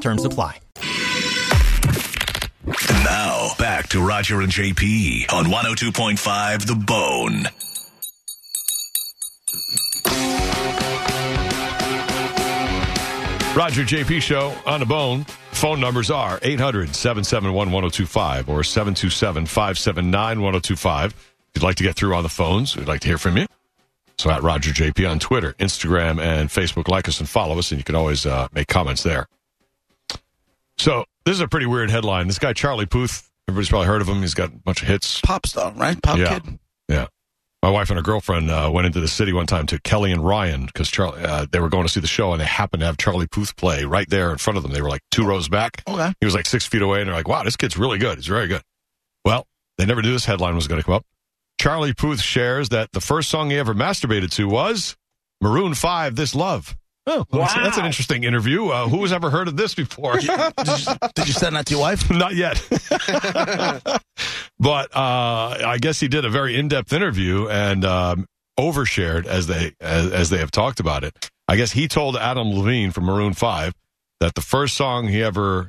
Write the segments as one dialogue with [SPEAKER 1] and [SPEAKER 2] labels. [SPEAKER 1] Terms apply.
[SPEAKER 2] Now, back to Roger and JP on 102.5 The Bone.
[SPEAKER 3] Roger JP Show on the bone. Phone numbers are 800 771 1025 or 727 579 1025. If you'd like to get through on the phones, we'd like to hear from you. So at Roger JP on Twitter, Instagram, and Facebook, like us and follow us, and you can always uh, make comments there. So this is a pretty weird headline. This guy, Charlie Puth, everybody's probably heard of him. He's got a bunch of hits.
[SPEAKER 4] Pop star, right? Pop
[SPEAKER 3] Yeah.
[SPEAKER 4] kid.
[SPEAKER 3] Yeah. My wife and her girlfriend uh, went into the city one time to Kelly and Ryan because Charlie uh, they were going to see the show and they happened to have Charlie Puth play right there in front of them. They were like two rows back.
[SPEAKER 4] Okay.
[SPEAKER 3] He was like six feet away, and they're like, "Wow, this kid's really good. He's very good." Well, they never knew this headline was going to come up. Charlie Puth shares that the first song he ever masturbated to was Maroon Five, "This Love." Oh, well, that's, that's an interesting interview. Uh, who has ever heard of this before?
[SPEAKER 4] Did you, did you send that to your wife?
[SPEAKER 3] Not yet. but uh, I guess he did a very in-depth interview and um, overshared as they as, as they have talked about it. I guess he told Adam Levine from Maroon Five that the first song he ever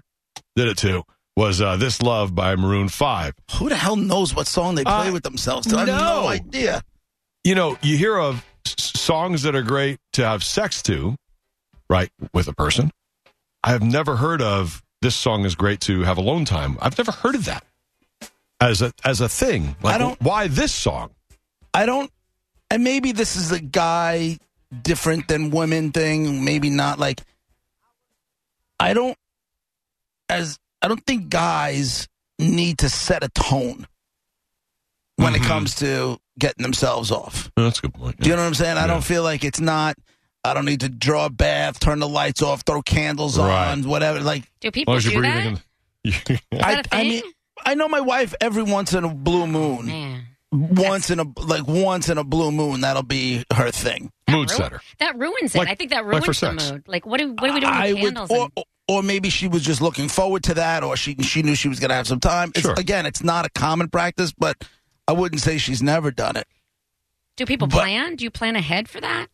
[SPEAKER 3] did it to was uh, "This Love" by Maroon Five.
[SPEAKER 4] Who the hell knows what song they play
[SPEAKER 3] Uh,
[SPEAKER 4] with themselves? to? I have
[SPEAKER 3] no.
[SPEAKER 4] no idea.
[SPEAKER 3] You know, you hear of s- songs that are great to have sex to, right, with a person. I have never heard of this song is great to have alone time. I've never heard of that as a as a thing. Like,
[SPEAKER 4] I don't-
[SPEAKER 3] why this song?
[SPEAKER 4] I don't. And maybe this is a guy different than women thing. Maybe not. Like, I don't. As I don't think guys need to set a tone when
[SPEAKER 3] Mhm.
[SPEAKER 4] it comes to getting themselves off.
[SPEAKER 3] that's a good point.
[SPEAKER 4] Do you know what I'm saying? I
[SPEAKER 3] Yeah.
[SPEAKER 4] don't feel like it's not. I don't need to draw a bath, turn the lights off, throw candles
[SPEAKER 3] Right.
[SPEAKER 4] on, whatever. Like,
[SPEAKER 5] Do people do that? Is
[SPEAKER 4] I,
[SPEAKER 5] that a
[SPEAKER 4] I
[SPEAKER 5] thing? Oh,
[SPEAKER 4] mean, I know my wife every once in a blue moon.
[SPEAKER 5] Man.
[SPEAKER 4] once in a like once in a blue moon that'll be her thing
[SPEAKER 3] mood
[SPEAKER 5] Ru-
[SPEAKER 3] setter.
[SPEAKER 5] That ruins it.
[SPEAKER 3] Like-
[SPEAKER 5] I think that
[SPEAKER 3] like
[SPEAKER 5] ruins
[SPEAKER 3] for
[SPEAKER 5] the
[SPEAKER 3] sex.
[SPEAKER 5] mood. Like, what do, what do we do with
[SPEAKER 4] I
[SPEAKER 5] the candles?
[SPEAKER 4] or,
[SPEAKER 5] and-
[SPEAKER 4] or maybe she was just looking forward to that or she she knew she was going to have some time it's,
[SPEAKER 3] Sure.
[SPEAKER 4] again it's not a common practice but i wouldn't say she's never done it
[SPEAKER 5] do people
[SPEAKER 4] but-
[SPEAKER 5] plan? Do you plan ahead for that?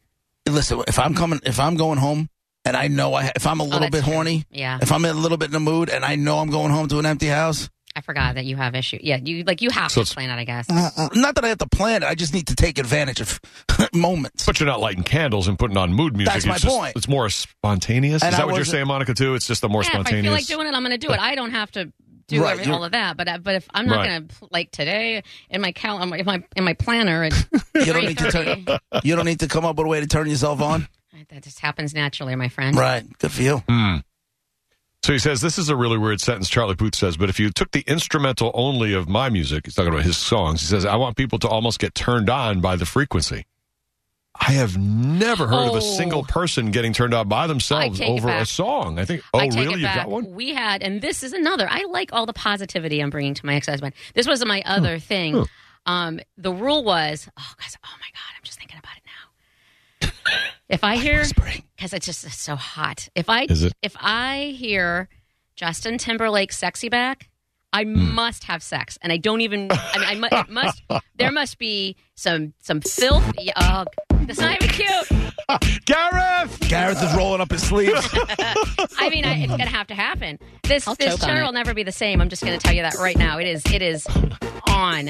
[SPEAKER 4] listen if i'm coming if i'm going home and i know i if i'm a little
[SPEAKER 5] Oh, that's
[SPEAKER 4] bit
[SPEAKER 5] true.
[SPEAKER 4] horny
[SPEAKER 5] Yeah.
[SPEAKER 4] if i'm in a little bit in the mood and i know i'm going home to an empty house
[SPEAKER 5] I forgot that you have issues. Yeah, you like you have
[SPEAKER 3] So
[SPEAKER 5] to
[SPEAKER 3] it's-
[SPEAKER 5] plan it, I guess.
[SPEAKER 4] not that i have to plan it i just need to take advantage of moments
[SPEAKER 3] But you're not lighting candles and putting on mood music. it's
[SPEAKER 4] That's my
[SPEAKER 3] just-
[SPEAKER 4] point.
[SPEAKER 3] It's more spontaneous.
[SPEAKER 4] And
[SPEAKER 3] Is
[SPEAKER 4] I
[SPEAKER 3] that what you're
[SPEAKER 4] wasn't-
[SPEAKER 3] saying, Monica? Too? It's just the more
[SPEAKER 5] yeah, if I feel like
[SPEAKER 3] spontaneous.
[SPEAKER 5] doing it, I'm going to do it. I don't have to do
[SPEAKER 4] Right,
[SPEAKER 5] every-
[SPEAKER 4] you're-
[SPEAKER 5] all of that. But I- but if I'm not
[SPEAKER 3] Right.
[SPEAKER 5] going to like today in my cal, in my in my planner, it's
[SPEAKER 4] you don't need to turn, you don't need to come up with a way to turn yourself on
[SPEAKER 5] that just happens naturally, my friend.
[SPEAKER 4] right Mm. good for you
[SPEAKER 3] Hmm. So he says, This is a really weird sentence, Charlie Puth says, but if you took the instrumental only of my music, he's talking about his songs, he says, I want people to almost get turned on by the frequency. I have never heard of a
[SPEAKER 5] Oh.
[SPEAKER 3] single person getting turned on by
[SPEAKER 5] I
[SPEAKER 3] themselves
[SPEAKER 5] take it
[SPEAKER 3] over a
[SPEAKER 5] back.
[SPEAKER 3] song. I think, oh,
[SPEAKER 5] I take
[SPEAKER 3] really?
[SPEAKER 5] it
[SPEAKER 3] You've
[SPEAKER 5] back.
[SPEAKER 3] got one?
[SPEAKER 5] We had, and this is another. I like all the positivity I'm bringing to my ex-husband. This was my other thing. Um, the rule was, oh, guys, oh my God, I'm just thinking about it now. if I hear,
[SPEAKER 4] Whispering.
[SPEAKER 5] because it's just so hot. If I
[SPEAKER 3] Is it?
[SPEAKER 5] if I hear Justin Timberlake "Sexy Back," I
[SPEAKER 3] Hmm.
[SPEAKER 5] must have sex, and I don't even. I mean, I mu- it must. There must be some some filth. yeah, Oh, that's not even cute.
[SPEAKER 3] Gareth!
[SPEAKER 4] gareth is rolling up his sleeves
[SPEAKER 5] I mean, I, it's gonna have to happen. This
[SPEAKER 6] I'll
[SPEAKER 5] this
[SPEAKER 6] choke on
[SPEAKER 5] channel
[SPEAKER 6] it.
[SPEAKER 5] will never be the same. I'm just gonna tell you that right now. It is it is on.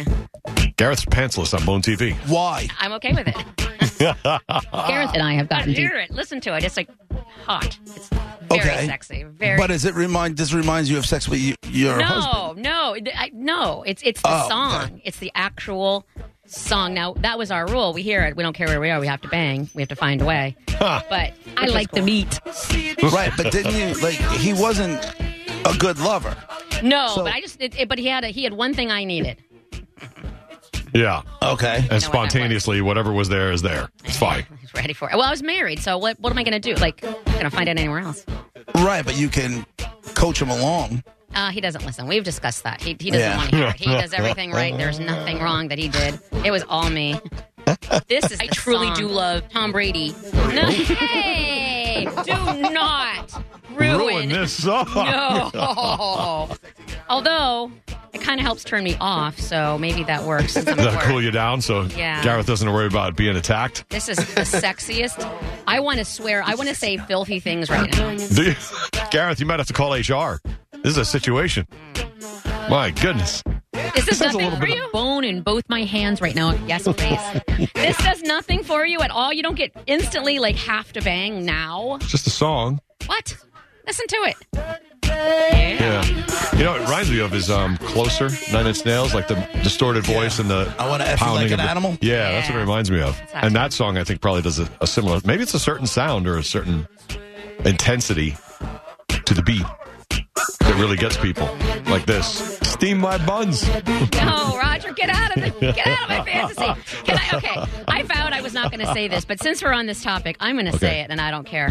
[SPEAKER 3] Gareth's pantsless on Bone TV.
[SPEAKER 4] why
[SPEAKER 5] I'm okay with it.
[SPEAKER 6] Gareth and I have
[SPEAKER 5] I
[SPEAKER 6] gotten deep.
[SPEAKER 5] hear it. Listen to it. It's like hot. It's very
[SPEAKER 4] Okay.
[SPEAKER 5] sexy. Very.
[SPEAKER 4] But does it remind? This reminds you of sex with you, your
[SPEAKER 5] no,
[SPEAKER 4] husband.
[SPEAKER 5] no, It- I, no. It's it's the
[SPEAKER 4] Oh, okay.
[SPEAKER 5] song. It's the actual song. Now that was our rule. We hear it. We don't care where we are. We have to bang. We have to find a way. But
[SPEAKER 6] I like the meat.
[SPEAKER 4] Right, but didn't you like? He wasn't a good lover.
[SPEAKER 5] no.
[SPEAKER 4] So-
[SPEAKER 5] but I just. It, it- but he had a, he had one thing I needed.
[SPEAKER 3] Yeah. And
[SPEAKER 4] Okay,
[SPEAKER 5] know what that was.
[SPEAKER 3] spontaneously, whatever was there is there. It's fine.
[SPEAKER 5] I was ready for it. Well, I was married, so what what am I going to do? Like, I'm going to find it anywhere else.
[SPEAKER 4] right, but you can coach him along.
[SPEAKER 5] Uh, he doesn't listen. We've discussed that. He, he doesn't
[SPEAKER 4] Yeah.
[SPEAKER 5] want to hear it. He does everything right. There's nothing wrong that he did. It was all me. This is. I
[SPEAKER 6] truly do
[SPEAKER 5] love Tom Brady. No, hey, do not ruin,
[SPEAKER 3] Ruin this song.
[SPEAKER 5] No. Although it kind of helps turn me off, so maybe that works. since I'm at
[SPEAKER 3] That'll
[SPEAKER 5] work.
[SPEAKER 3] cool you down so
[SPEAKER 5] Yeah.
[SPEAKER 3] Gareth doesn't worry about being attacked.
[SPEAKER 5] This is the sexiest. I want to swear. I want to say filthy things right now.
[SPEAKER 3] Do you- Gareth, you might have to call HR. This is a situation. My goodness.
[SPEAKER 5] This is
[SPEAKER 3] Sounds a
[SPEAKER 5] nothing
[SPEAKER 3] little
[SPEAKER 5] for
[SPEAKER 3] bit
[SPEAKER 5] you.
[SPEAKER 6] Bone in both my hands right now.
[SPEAKER 5] Yes, please. this does nothing for you at all. You don't get instantly like half to bang now.
[SPEAKER 3] It's just a song.
[SPEAKER 5] What? Listen to it.
[SPEAKER 3] Yeah. You know, it reminds me of his um, Closer, Nine Inch Nails, like the distorted voice and the.
[SPEAKER 4] I wanna F you
[SPEAKER 3] pounding
[SPEAKER 4] like an
[SPEAKER 3] of the-
[SPEAKER 4] animal?
[SPEAKER 3] Yeah, that's what it
[SPEAKER 5] Yeah.
[SPEAKER 3] reminds me of.
[SPEAKER 5] Exactly.
[SPEAKER 3] And that song, I think, probably does a, a similar. Maybe it's a certain sound or a certain intensity to the beat that really gets people like this. Steam my buns.
[SPEAKER 5] No, Roger, get out of the, get out of my fantasy. Can I? Okay, I vowed I was not going to say this, but since we're on this topic, I'm going to
[SPEAKER 3] Okay. Mm-hmm.
[SPEAKER 5] say it, and I don't care.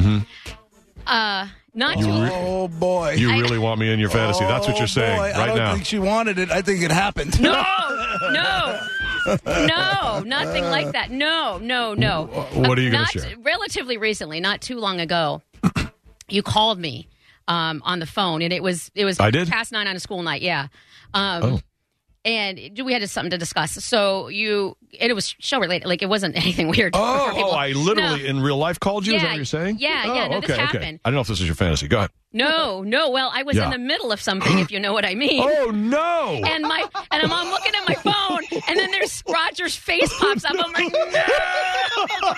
[SPEAKER 5] Uh, not
[SPEAKER 3] You
[SPEAKER 5] too.
[SPEAKER 3] re-
[SPEAKER 4] Oh boy.
[SPEAKER 3] You really want me in your fantasy. That's what
[SPEAKER 4] Oh,
[SPEAKER 3] you're saying
[SPEAKER 4] boy. I
[SPEAKER 3] right
[SPEAKER 4] don't
[SPEAKER 3] now.
[SPEAKER 4] think she wanted it. I think it happened.
[SPEAKER 5] No, no, no, nothing like that. No, no, no.
[SPEAKER 3] what are you gonna
[SPEAKER 5] Not-
[SPEAKER 3] share?
[SPEAKER 5] Relatively recently, not too long ago, you called me um, on the phone, and it was it was
[SPEAKER 3] I did?
[SPEAKER 5] past nine on a school night. Yeah. Um,
[SPEAKER 3] Oh.
[SPEAKER 5] And it- we had just something to discuss. So you, and it was show related. Like it wasn't anything weird.
[SPEAKER 3] Oh,
[SPEAKER 5] for people.
[SPEAKER 3] oh, I literally in real life called you? Is that
[SPEAKER 5] Yeah,
[SPEAKER 3] what you're saying?
[SPEAKER 5] yeah,
[SPEAKER 3] oh,
[SPEAKER 5] yeah, no, this
[SPEAKER 3] okay, okay.
[SPEAKER 5] happened.
[SPEAKER 3] I don't know if this is your fantasy. Go ahead.
[SPEAKER 5] No, no. Well, I was
[SPEAKER 3] Yeah.
[SPEAKER 5] in the middle of something, if you know what I mean.
[SPEAKER 3] Oh, no.
[SPEAKER 5] and my and I'm, I'm looking at my phone, and then there's Roger's face pops up. I'm like, no, no.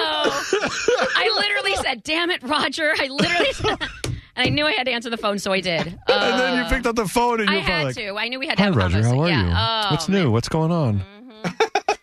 [SPEAKER 5] I literally said, "Damn it, Roger!" I literally, said, and I knew I had to answer the phone, so I did.
[SPEAKER 3] and then you
[SPEAKER 5] Uh,
[SPEAKER 3] picked up the phone and
[SPEAKER 5] I
[SPEAKER 3] you're
[SPEAKER 5] had
[SPEAKER 3] like,
[SPEAKER 5] to. I knew we had to.
[SPEAKER 3] Hi,
[SPEAKER 5] have a
[SPEAKER 3] Roger. How
[SPEAKER 5] conversation.
[SPEAKER 3] are
[SPEAKER 5] yeah.
[SPEAKER 3] you?
[SPEAKER 5] Oh, Mm-hmm.
[SPEAKER 3] What's new? What's going on?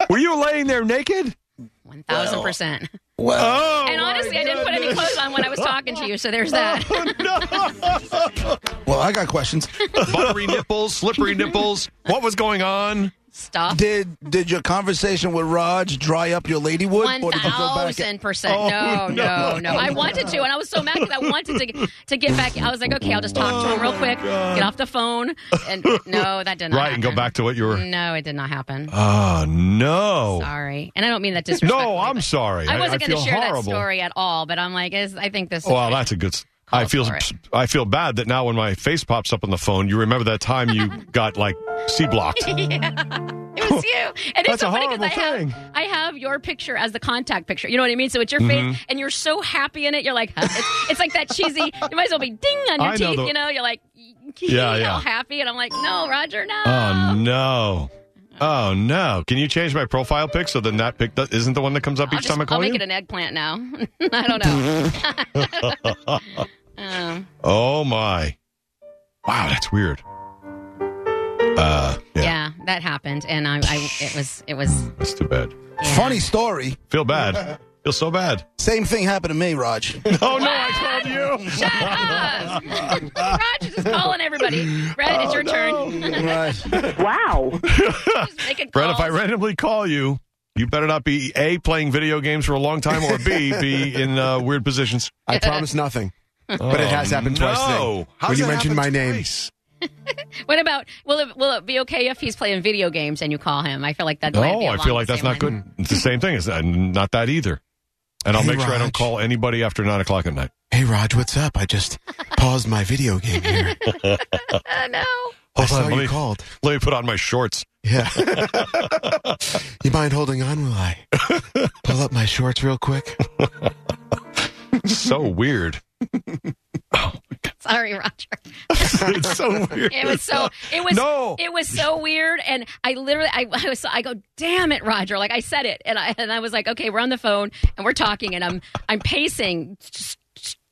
[SPEAKER 3] Were you laying there naked?
[SPEAKER 5] One Oh, thousand percent.
[SPEAKER 4] Well,
[SPEAKER 3] Oh,
[SPEAKER 5] And
[SPEAKER 3] my
[SPEAKER 5] honestly, I didn't put any clothes on when I was talking to you, so there's that.
[SPEAKER 4] well, I got questions.
[SPEAKER 3] goodness. Buttery nipples, slippery nipples. What was going on?
[SPEAKER 5] Stuff.
[SPEAKER 4] Did did your conversation with Raj dry up your ladywood,
[SPEAKER 5] One
[SPEAKER 4] or did you go back?
[SPEAKER 5] thousand percent. No, no, no. I wanted to, and I was so mad because I wanted to to get back. I was like, okay, I'll just talk to him real quick, get off the phone, and no, that did not.
[SPEAKER 3] Right, and go
[SPEAKER 5] happen.
[SPEAKER 3] back to what you were.
[SPEAKER 5] No, it did not happen.
[SPEAKER 3] Oh, no.
[SPEAKER 5] Sorry, and I don't mean that disrespectfully.
[SPEAKER 3] No, I'm
[SPEAKER 5] but
[SPEAKER 3] sorry.
[SPEAKER 5] I wasn't
[SPEAKER 3] I
[SPEAKER 5] going
[SPEAKER 3] feel
[SPEAKER 5] to share
[SPEAKER 3] horrible.
[SPEAKER 5] that story at all, but I'm like, is, I think this. Is
[SPEAKER 3] Well, that's a good. s- I
[SPEAKER 5] Calls
[SPEAKER 3] feel
[SPEAKER 5] for it.
[SPEAKER 3] I feel bad that now when my face pops up on the phone, you remember that time you got like C blocked.
[SPEAKER 5] It was you. And
[SPEAKER 3] That's
[SPEAKER 5] it's so
[SPEAKER 3] a
[SPEAKER 5] funny 'cause
[SPEAKER 3] horrible
[SPEAKER 5] I
[SPEAKER 3] thing.
[SPEAKER 5] Have, I have your picture as the contact picture. You know what I mean? So it's your
[SPEAKER 3] Mm-hmm.
[SPEAKER 5] face, and you're so happy in it. You're like, huh, it's, it's like that cheesy. You might as well be ding on your
[SPEAKER 3] I know
[SPEAKER 5] teeth.
[SPEAKER 3] the-
[SPEAKER 5] you know, you're like,
[SPEAKER 3] Yeah,
[SPEAKER 5] all
[SPEAKER 3] yeah.
[SPEAKER 5] happy. And I'm like, no, Roger, no.
[SPEAKER 3] Oh no. Oh no! Can you change my profile pic so then that pic that isn't the one that comes up
[SPEAKER 5] I'll,
[SPEAKER 3] each
[SPEAKER 5] just-
[SPEAKER 3] time I
[SPEAKER 5] I'll
[SPEAKER 3] call
[SPEAKER 5] make
[SPEAKER 3] you?
[SPEAKER 5] it an eggplant now. I don't know. Um,
[SPEAKER 3] oh my! Wow, that's weird. Uh, yeah,
[SPEAKER 5] yeah. that happened, and I, I, it was, it was.
[SPEAKER 3] that's too bad.
[SPEAKER 5] yeah.
[SPEAKER 4] Funny story.
[SPEAKER 3] Feel bad. Feel so bad.
[SPEAKER 4] Same thing happened to me, Raj.
[SPEAKER 3] Oh no! I called you.
[SPEAKER 5] Shut up! Roger's just calling everybody. Brad,
[SPEAKER 3] Oh,
[SPEAKER 5] it's your turn.
[SPEAKER 4] Right.
[SPEAKER 6] Wow.
[SPEAKER 5] Just making
[SPEAKER 3] Brett, if I
[SPEAKER 5] calls.
[SPEAKER 3] randomly call you, you better not be A, playing video games for a long time, or B, be in uh, weird positions. Oh,
[SPEAKER 7] I promise nothing. But it has happened twice today.
[SPEAKER 3] No. How's
[SPEAKER 7] When you
[SPEAKER 3] that
[SPEAKER 7] mentioned
[SPEAKER 3] happen
[SPEAKER 7] my name.
[SPEAKER 3] twice?
[SPEAKER 5] What about will it will it be okay if he's playing video games and you call him? I feel like that. might
[SPEAKER 3] No,
[SPEAKER 5] be
[SPEAKER 3] Oh, I
[SPEAKER 5] along
[SPEAKER 3] feel like
[SPEAKER 5] the
[SPEAKER 3] that's
[SPEAKER 5] same
[SPEAKER 3] not
[SPEAKER 5] line.
[SPEAKER 3] good. It's the same thing. It's uh, not that either. And I'll
[SPEAKER 7] Hey,
[SPEAKER 3] make sure I don't
[SPEAKER 7] Raj.
[SPEAKER 3] call anybody after 9 o'clock at night.
[SPEAKER 7] Hey, Raj, what's up? I just paused my video game here.
[SPEAKER 5] Uh, no,
[SPEAKER 7] I
[SPEAKER 3] on,
[SPEAKER 7] saw
[SPEAKER 3] let
[SPEAKER 7] you
[SPEAKER 3] me-
[SPEAKER 7] called.
[SPEAKER 3] Let me put on my shorts.
[SPEAKER 7] Yeah. you mind holding on? Will I pull up my shorts real quick?
[SPEAKER 3] So weird.
[SPEAKER 5] sorry, Roger.
[SPEAKER 3] it's so weird.
[SPEAKER 5] It was so it was
[SPEAKER 3] No.
[SPEAKER 5] it was so weird, and I literally I, I was so, I go damn it, Roger. Like I said it, and I and I was like, okay, we're on the phone and we're talking, and I'm I'm pacing. s- s-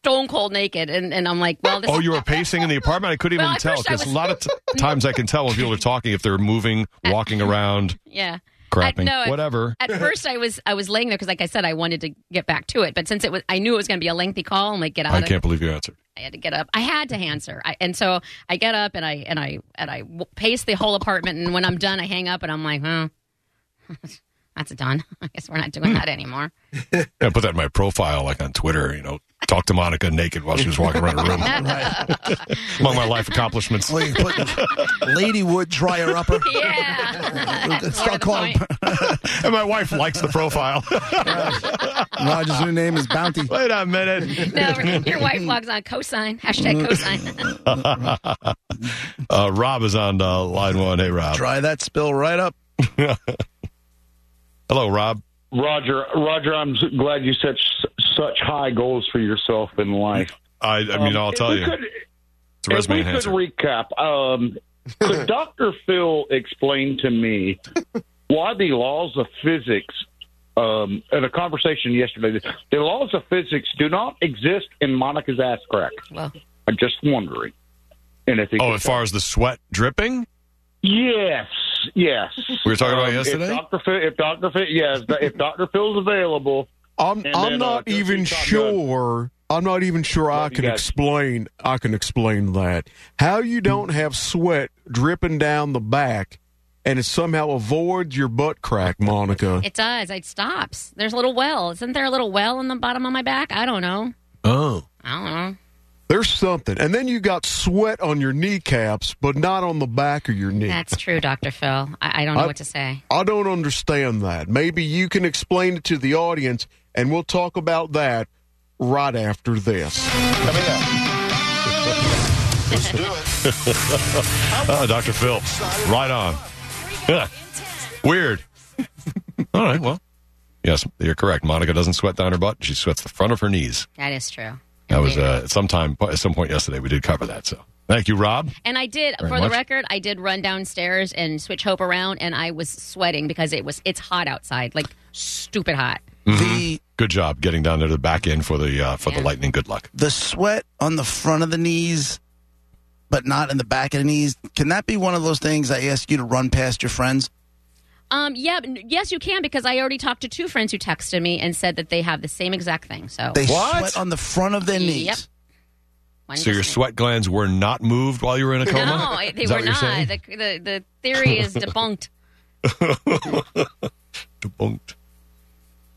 [SPEAKER 5] Stone cold naked, and, and I'm like, well, this
[SPEAKER 3] Oh, you were pacing in the apartment? I couldn't
[SPEAKER 5] Well,
[SPEAKER 3] even
[SPEAKER 5] at
[SPEAKER 3] tell
[SPEAKER 5] first I
[SPEAKER 3] because
[SPEAKER 5] was-
[SPEAKER 3] a lot of t- times I can tell when people are talking if they're moving, walking around,
[SPEAKER 5] yeah.
[SPEAKER 3] crapping,
[SPEAKER 5] no, I-
[SPEAKER 3] whatever.
[SPEAKER 5] At first, I was I was laying there because, like I said, I wanted to get back to it, but since it was, I knew it was going to be a lengthy call. I'm like, get out.
[SPEAKER 3] I
[SPEAKER 5] of
[SPEAKER 3] can't believe you answered.
[SPEAKER 5] I had to get up. I had to answer, I, and so I get up and I and I and I w- pace the whole apartment. And when I'm done, I hang up and I'm like, "Hmm, that's done. I guess we're not doing that anymore."
[SPEAKER 3] I put that in my profile, like on Twitter, you know, Talked to Monica naked while she was walking around her room. Among my life accomplishments.
[SPEAKER 4] Well, you put Lady Wood dryer upper.
[SPEAKER 5] yeah.
[SPEAKER 4] It's
[SPEAKER 5] More to
[SPEAKER 4] not
[SPEAKER 5] the
[SPEAKER 4] calling.
[SPEAKER 5] point.
[SPEAKER 3] and my wife likes the profile.
[SPEAKER 8] Roger's new name is Bounty.
[SPEAKER 3] Wait a minute.
[SPEAKER 5] No, your wife logs on cosine. Hashtag cosine.
[SPEAKER 3] Uh, Rob is on uh, line one. Hey, Rob.
[SPEAKER 4] Dry that spill right up.
[SPEAKER 3] Hello, Rob.
[SPEAKER 9] Roger, Roger, I'm s- glad you set s- such high goals for yourself in life.
[SPEAKER 3] I, I mean,
[SPEAKER 9] Um,
[SPEAKER 3] I'll
[SPEAKER 9] if
[SPEAKER 3] tell
[SPEAKER 9] we
[SPEAKER 3] you.
[SPEAKER 9] Could,
[SPEAKER 3] It's a
[SPEAKER 9] if
[SPEAKER 3] resume
[SPEAKER 9] we could
[SPEAKER 3] enhancer.
[SPEAKER 9] recap, um, could Dr. Phil explain to me why the laws of physics, um, in a conversation yesterday, the laws of physics do not exist in Monica's ass crack?
[SPEAKER 5] Well,
[SPEAKER 9] I'm just wondering. And if he
[SPEAKER 3] oh,
[SPEAKER 9] could-
[SPEAKER 3] as far as the sweat dripping?
[SPEAKER 9] Yes, yes. Um,
[SPEAKER 3] We were talking about
[SPEAKER 9] If
[SPEAKER 3] yesterday?
[SPEAKER 9] Dr. Phil, if Dr. Phil, yes, if Dr. Phil's available,
[SPEAKER 7] I'm
[SPEAKER 9] And
[SPEAKER 7] I'm
[SPEAKER 9] then, uh,
[SPEAKER 7] not
[SPEAKER 9] just
[SPEAKER 7] even
[SPEAKER 9] keep on
[SPEAKER 7] sure. I'm not even sure I
[SPEAKER 9] Love you
[SPEAKER 7] can
[SPEAKER 9] guys.
[SPEAKER 7] explain. I can explain that how you don't have sweat dripping down the back, and it somehow avoids your butt crack, Monica.
[SPEAKER 5] it does. It stops. There's a little well. Isn't there a little well in the bottom of my back? I don't know.
[SPEAKER 7] Oh,
[SPEAKER 5] I don't know.
[SPEAKER 7] there's something, and then you got sweat on your kneecaps, but not on the back of your knee.
[SPEAKER 5] That's true, Dr. Phil. I, I don't know what to say.
[SPEAKER 7] I don't understand that. Maybe you can explain it to the audience, and we'll talk about that right after this.
[SPEAKER 3] Oh, Dr. Phil. Right on. Yeah. Weird. All right, well. Yes, you're correct. Monica doesn't sweat down her butt. She sweats the front of her knees.
[SPEAKER 5] That is true.
[SPEAKER 3] That was uh, sometime at some point yesterday. We did cover that. So thank you, Rob.
[SPEAKER 5] And I did, for
[SPEAKER 3] Very
[SPEAKER 5] the
[SPEAKER 3] much.
[SPEAKER 5] record, I did run downstairs and switch Hope around, and I was sweating because it was it's hot outside, like stupid hot.
[SPEAKER 7] Mm-hmm.
[SPEAKER 4] The
[SPEAKER 3] Good job getting down there to the back end for the uh, for the
[SPEAKER 5] Yeah.
[SPEAKER 3] lightning. Good luck.
[SPEAKER 4] the sweat on the front of the knees, but not in the back of the knees. Can that be one of those things I ask you to run past your friends?
[SPEAKER 5] Um, yeah, n- yes, you can because I already talked to two friends who texted me and said that they have the same exact thing. So
[SPEAKER 4] They
[SPEAKER 3] What?
[SPEAKER 4] sweat on the front of their knees.
[SPEAKER 5] Yep. one
[SPEAKER 3] So your
[SPEAKER 5] listener-
[SPEAKER 3] sweat glands were not moved while you were in a coma.
[SPEAKER 5] No, I- they
[SPEAKER 3] Is that what
[SPEAKER 5] were
[SPEAKER 3] you're
[SPEAKER 5] not.
[SPEAKER 3] saying?
[SPEAKER 5] The, the the theory is debunked.
[SPEAKER 3] Debunked.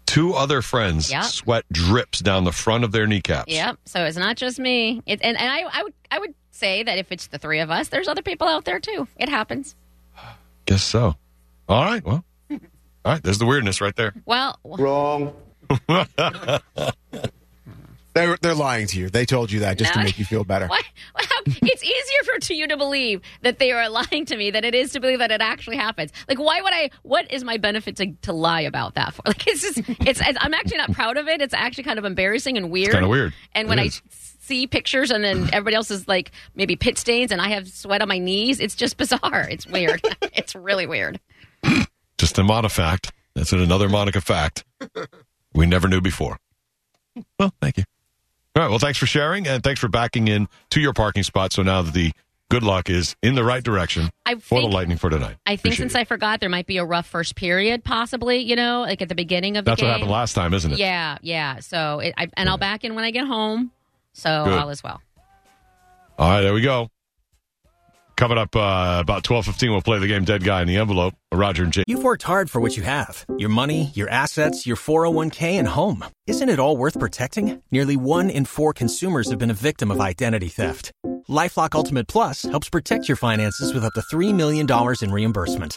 [SPEAKER 3] Two other friends
[SPEAKER 5] Yep.
[SPEAKER 3] sweat drips down the front of their kneecaps.
[SPEAKER 5] yep. So it's not just me. It, and and I I would I would say that if it's the three of us, there's other people out there too. It happens.
[SPEAKER 3] Guess so. All right. Well. All right. There's the weirdness right there.
[SPEAKER 5] Well,
[SPEAKER 8] Wrong.
[SPEAKER 7] They're they're lying to you. They told you that just
[SPEAKER 5] No.
[SPEAKER 7] to make you feel better.
[SPEAKER 5] What? How- It's easier for to you to believe that they are lying to me than it is to believe that it actually happens. Like, why would I? What is my benefit to, to lie about that for? Like, it's just, it's, it's. I'm actually not proud of it. It's actually kind of embarrassing and weird.
[SPEAKER 3] kinda weird.
[SPEAKER 5] And
[SPEAKER 3] It
[SPEAKER 5] when I
[SPEAKER 3] is.
[SPEAKER 5] see pictures and then everybody else is like maybe pit stains and I have sweat on my knees, it's just bizarre. It's weird. it's really weird.
[SPEAKER 3] Just a Monica fact. That's another Monica fact we never knew before. Well, thank you. All right. Well, thanks for sharing and thanks for backing in to your parking spot. So now that the good luck is in the right direction
[SPEAKER 5] I
[SPEAKER 3] for
[SPEAKER 5] think-
[SPEAKER 3] the lightning for tonight.
[SPEAKER 5] I think since I forgot, there might be a rough first period, possibly. You know, like at the beginning of the
[SPEAKER 3] That's
[SPEAKER 5] game.
[SPEAKER 3] what happened last time, isn't it?
[SPEAKER 5] Yeah, yeah. So, it, I, and I'll back in when I get home. So
[SPEAKER 3] Good.
[SPEAKER 5] all is well.
[SPEAKER 3] All right, there we go. Coming up uh, about twelve fifteen, we'll play the game Dead Guy in the Envelope. Roger and Jake.
[SPEAKER 1] You've worked hard for what you have your money, your assets, your 401k, and home. Isn't it all worth protecting? Nearly one in four consumers have been a victim of identity theft. Lifelock Ultimate Plus helps protect your finances with up to $3 million in reimbursement.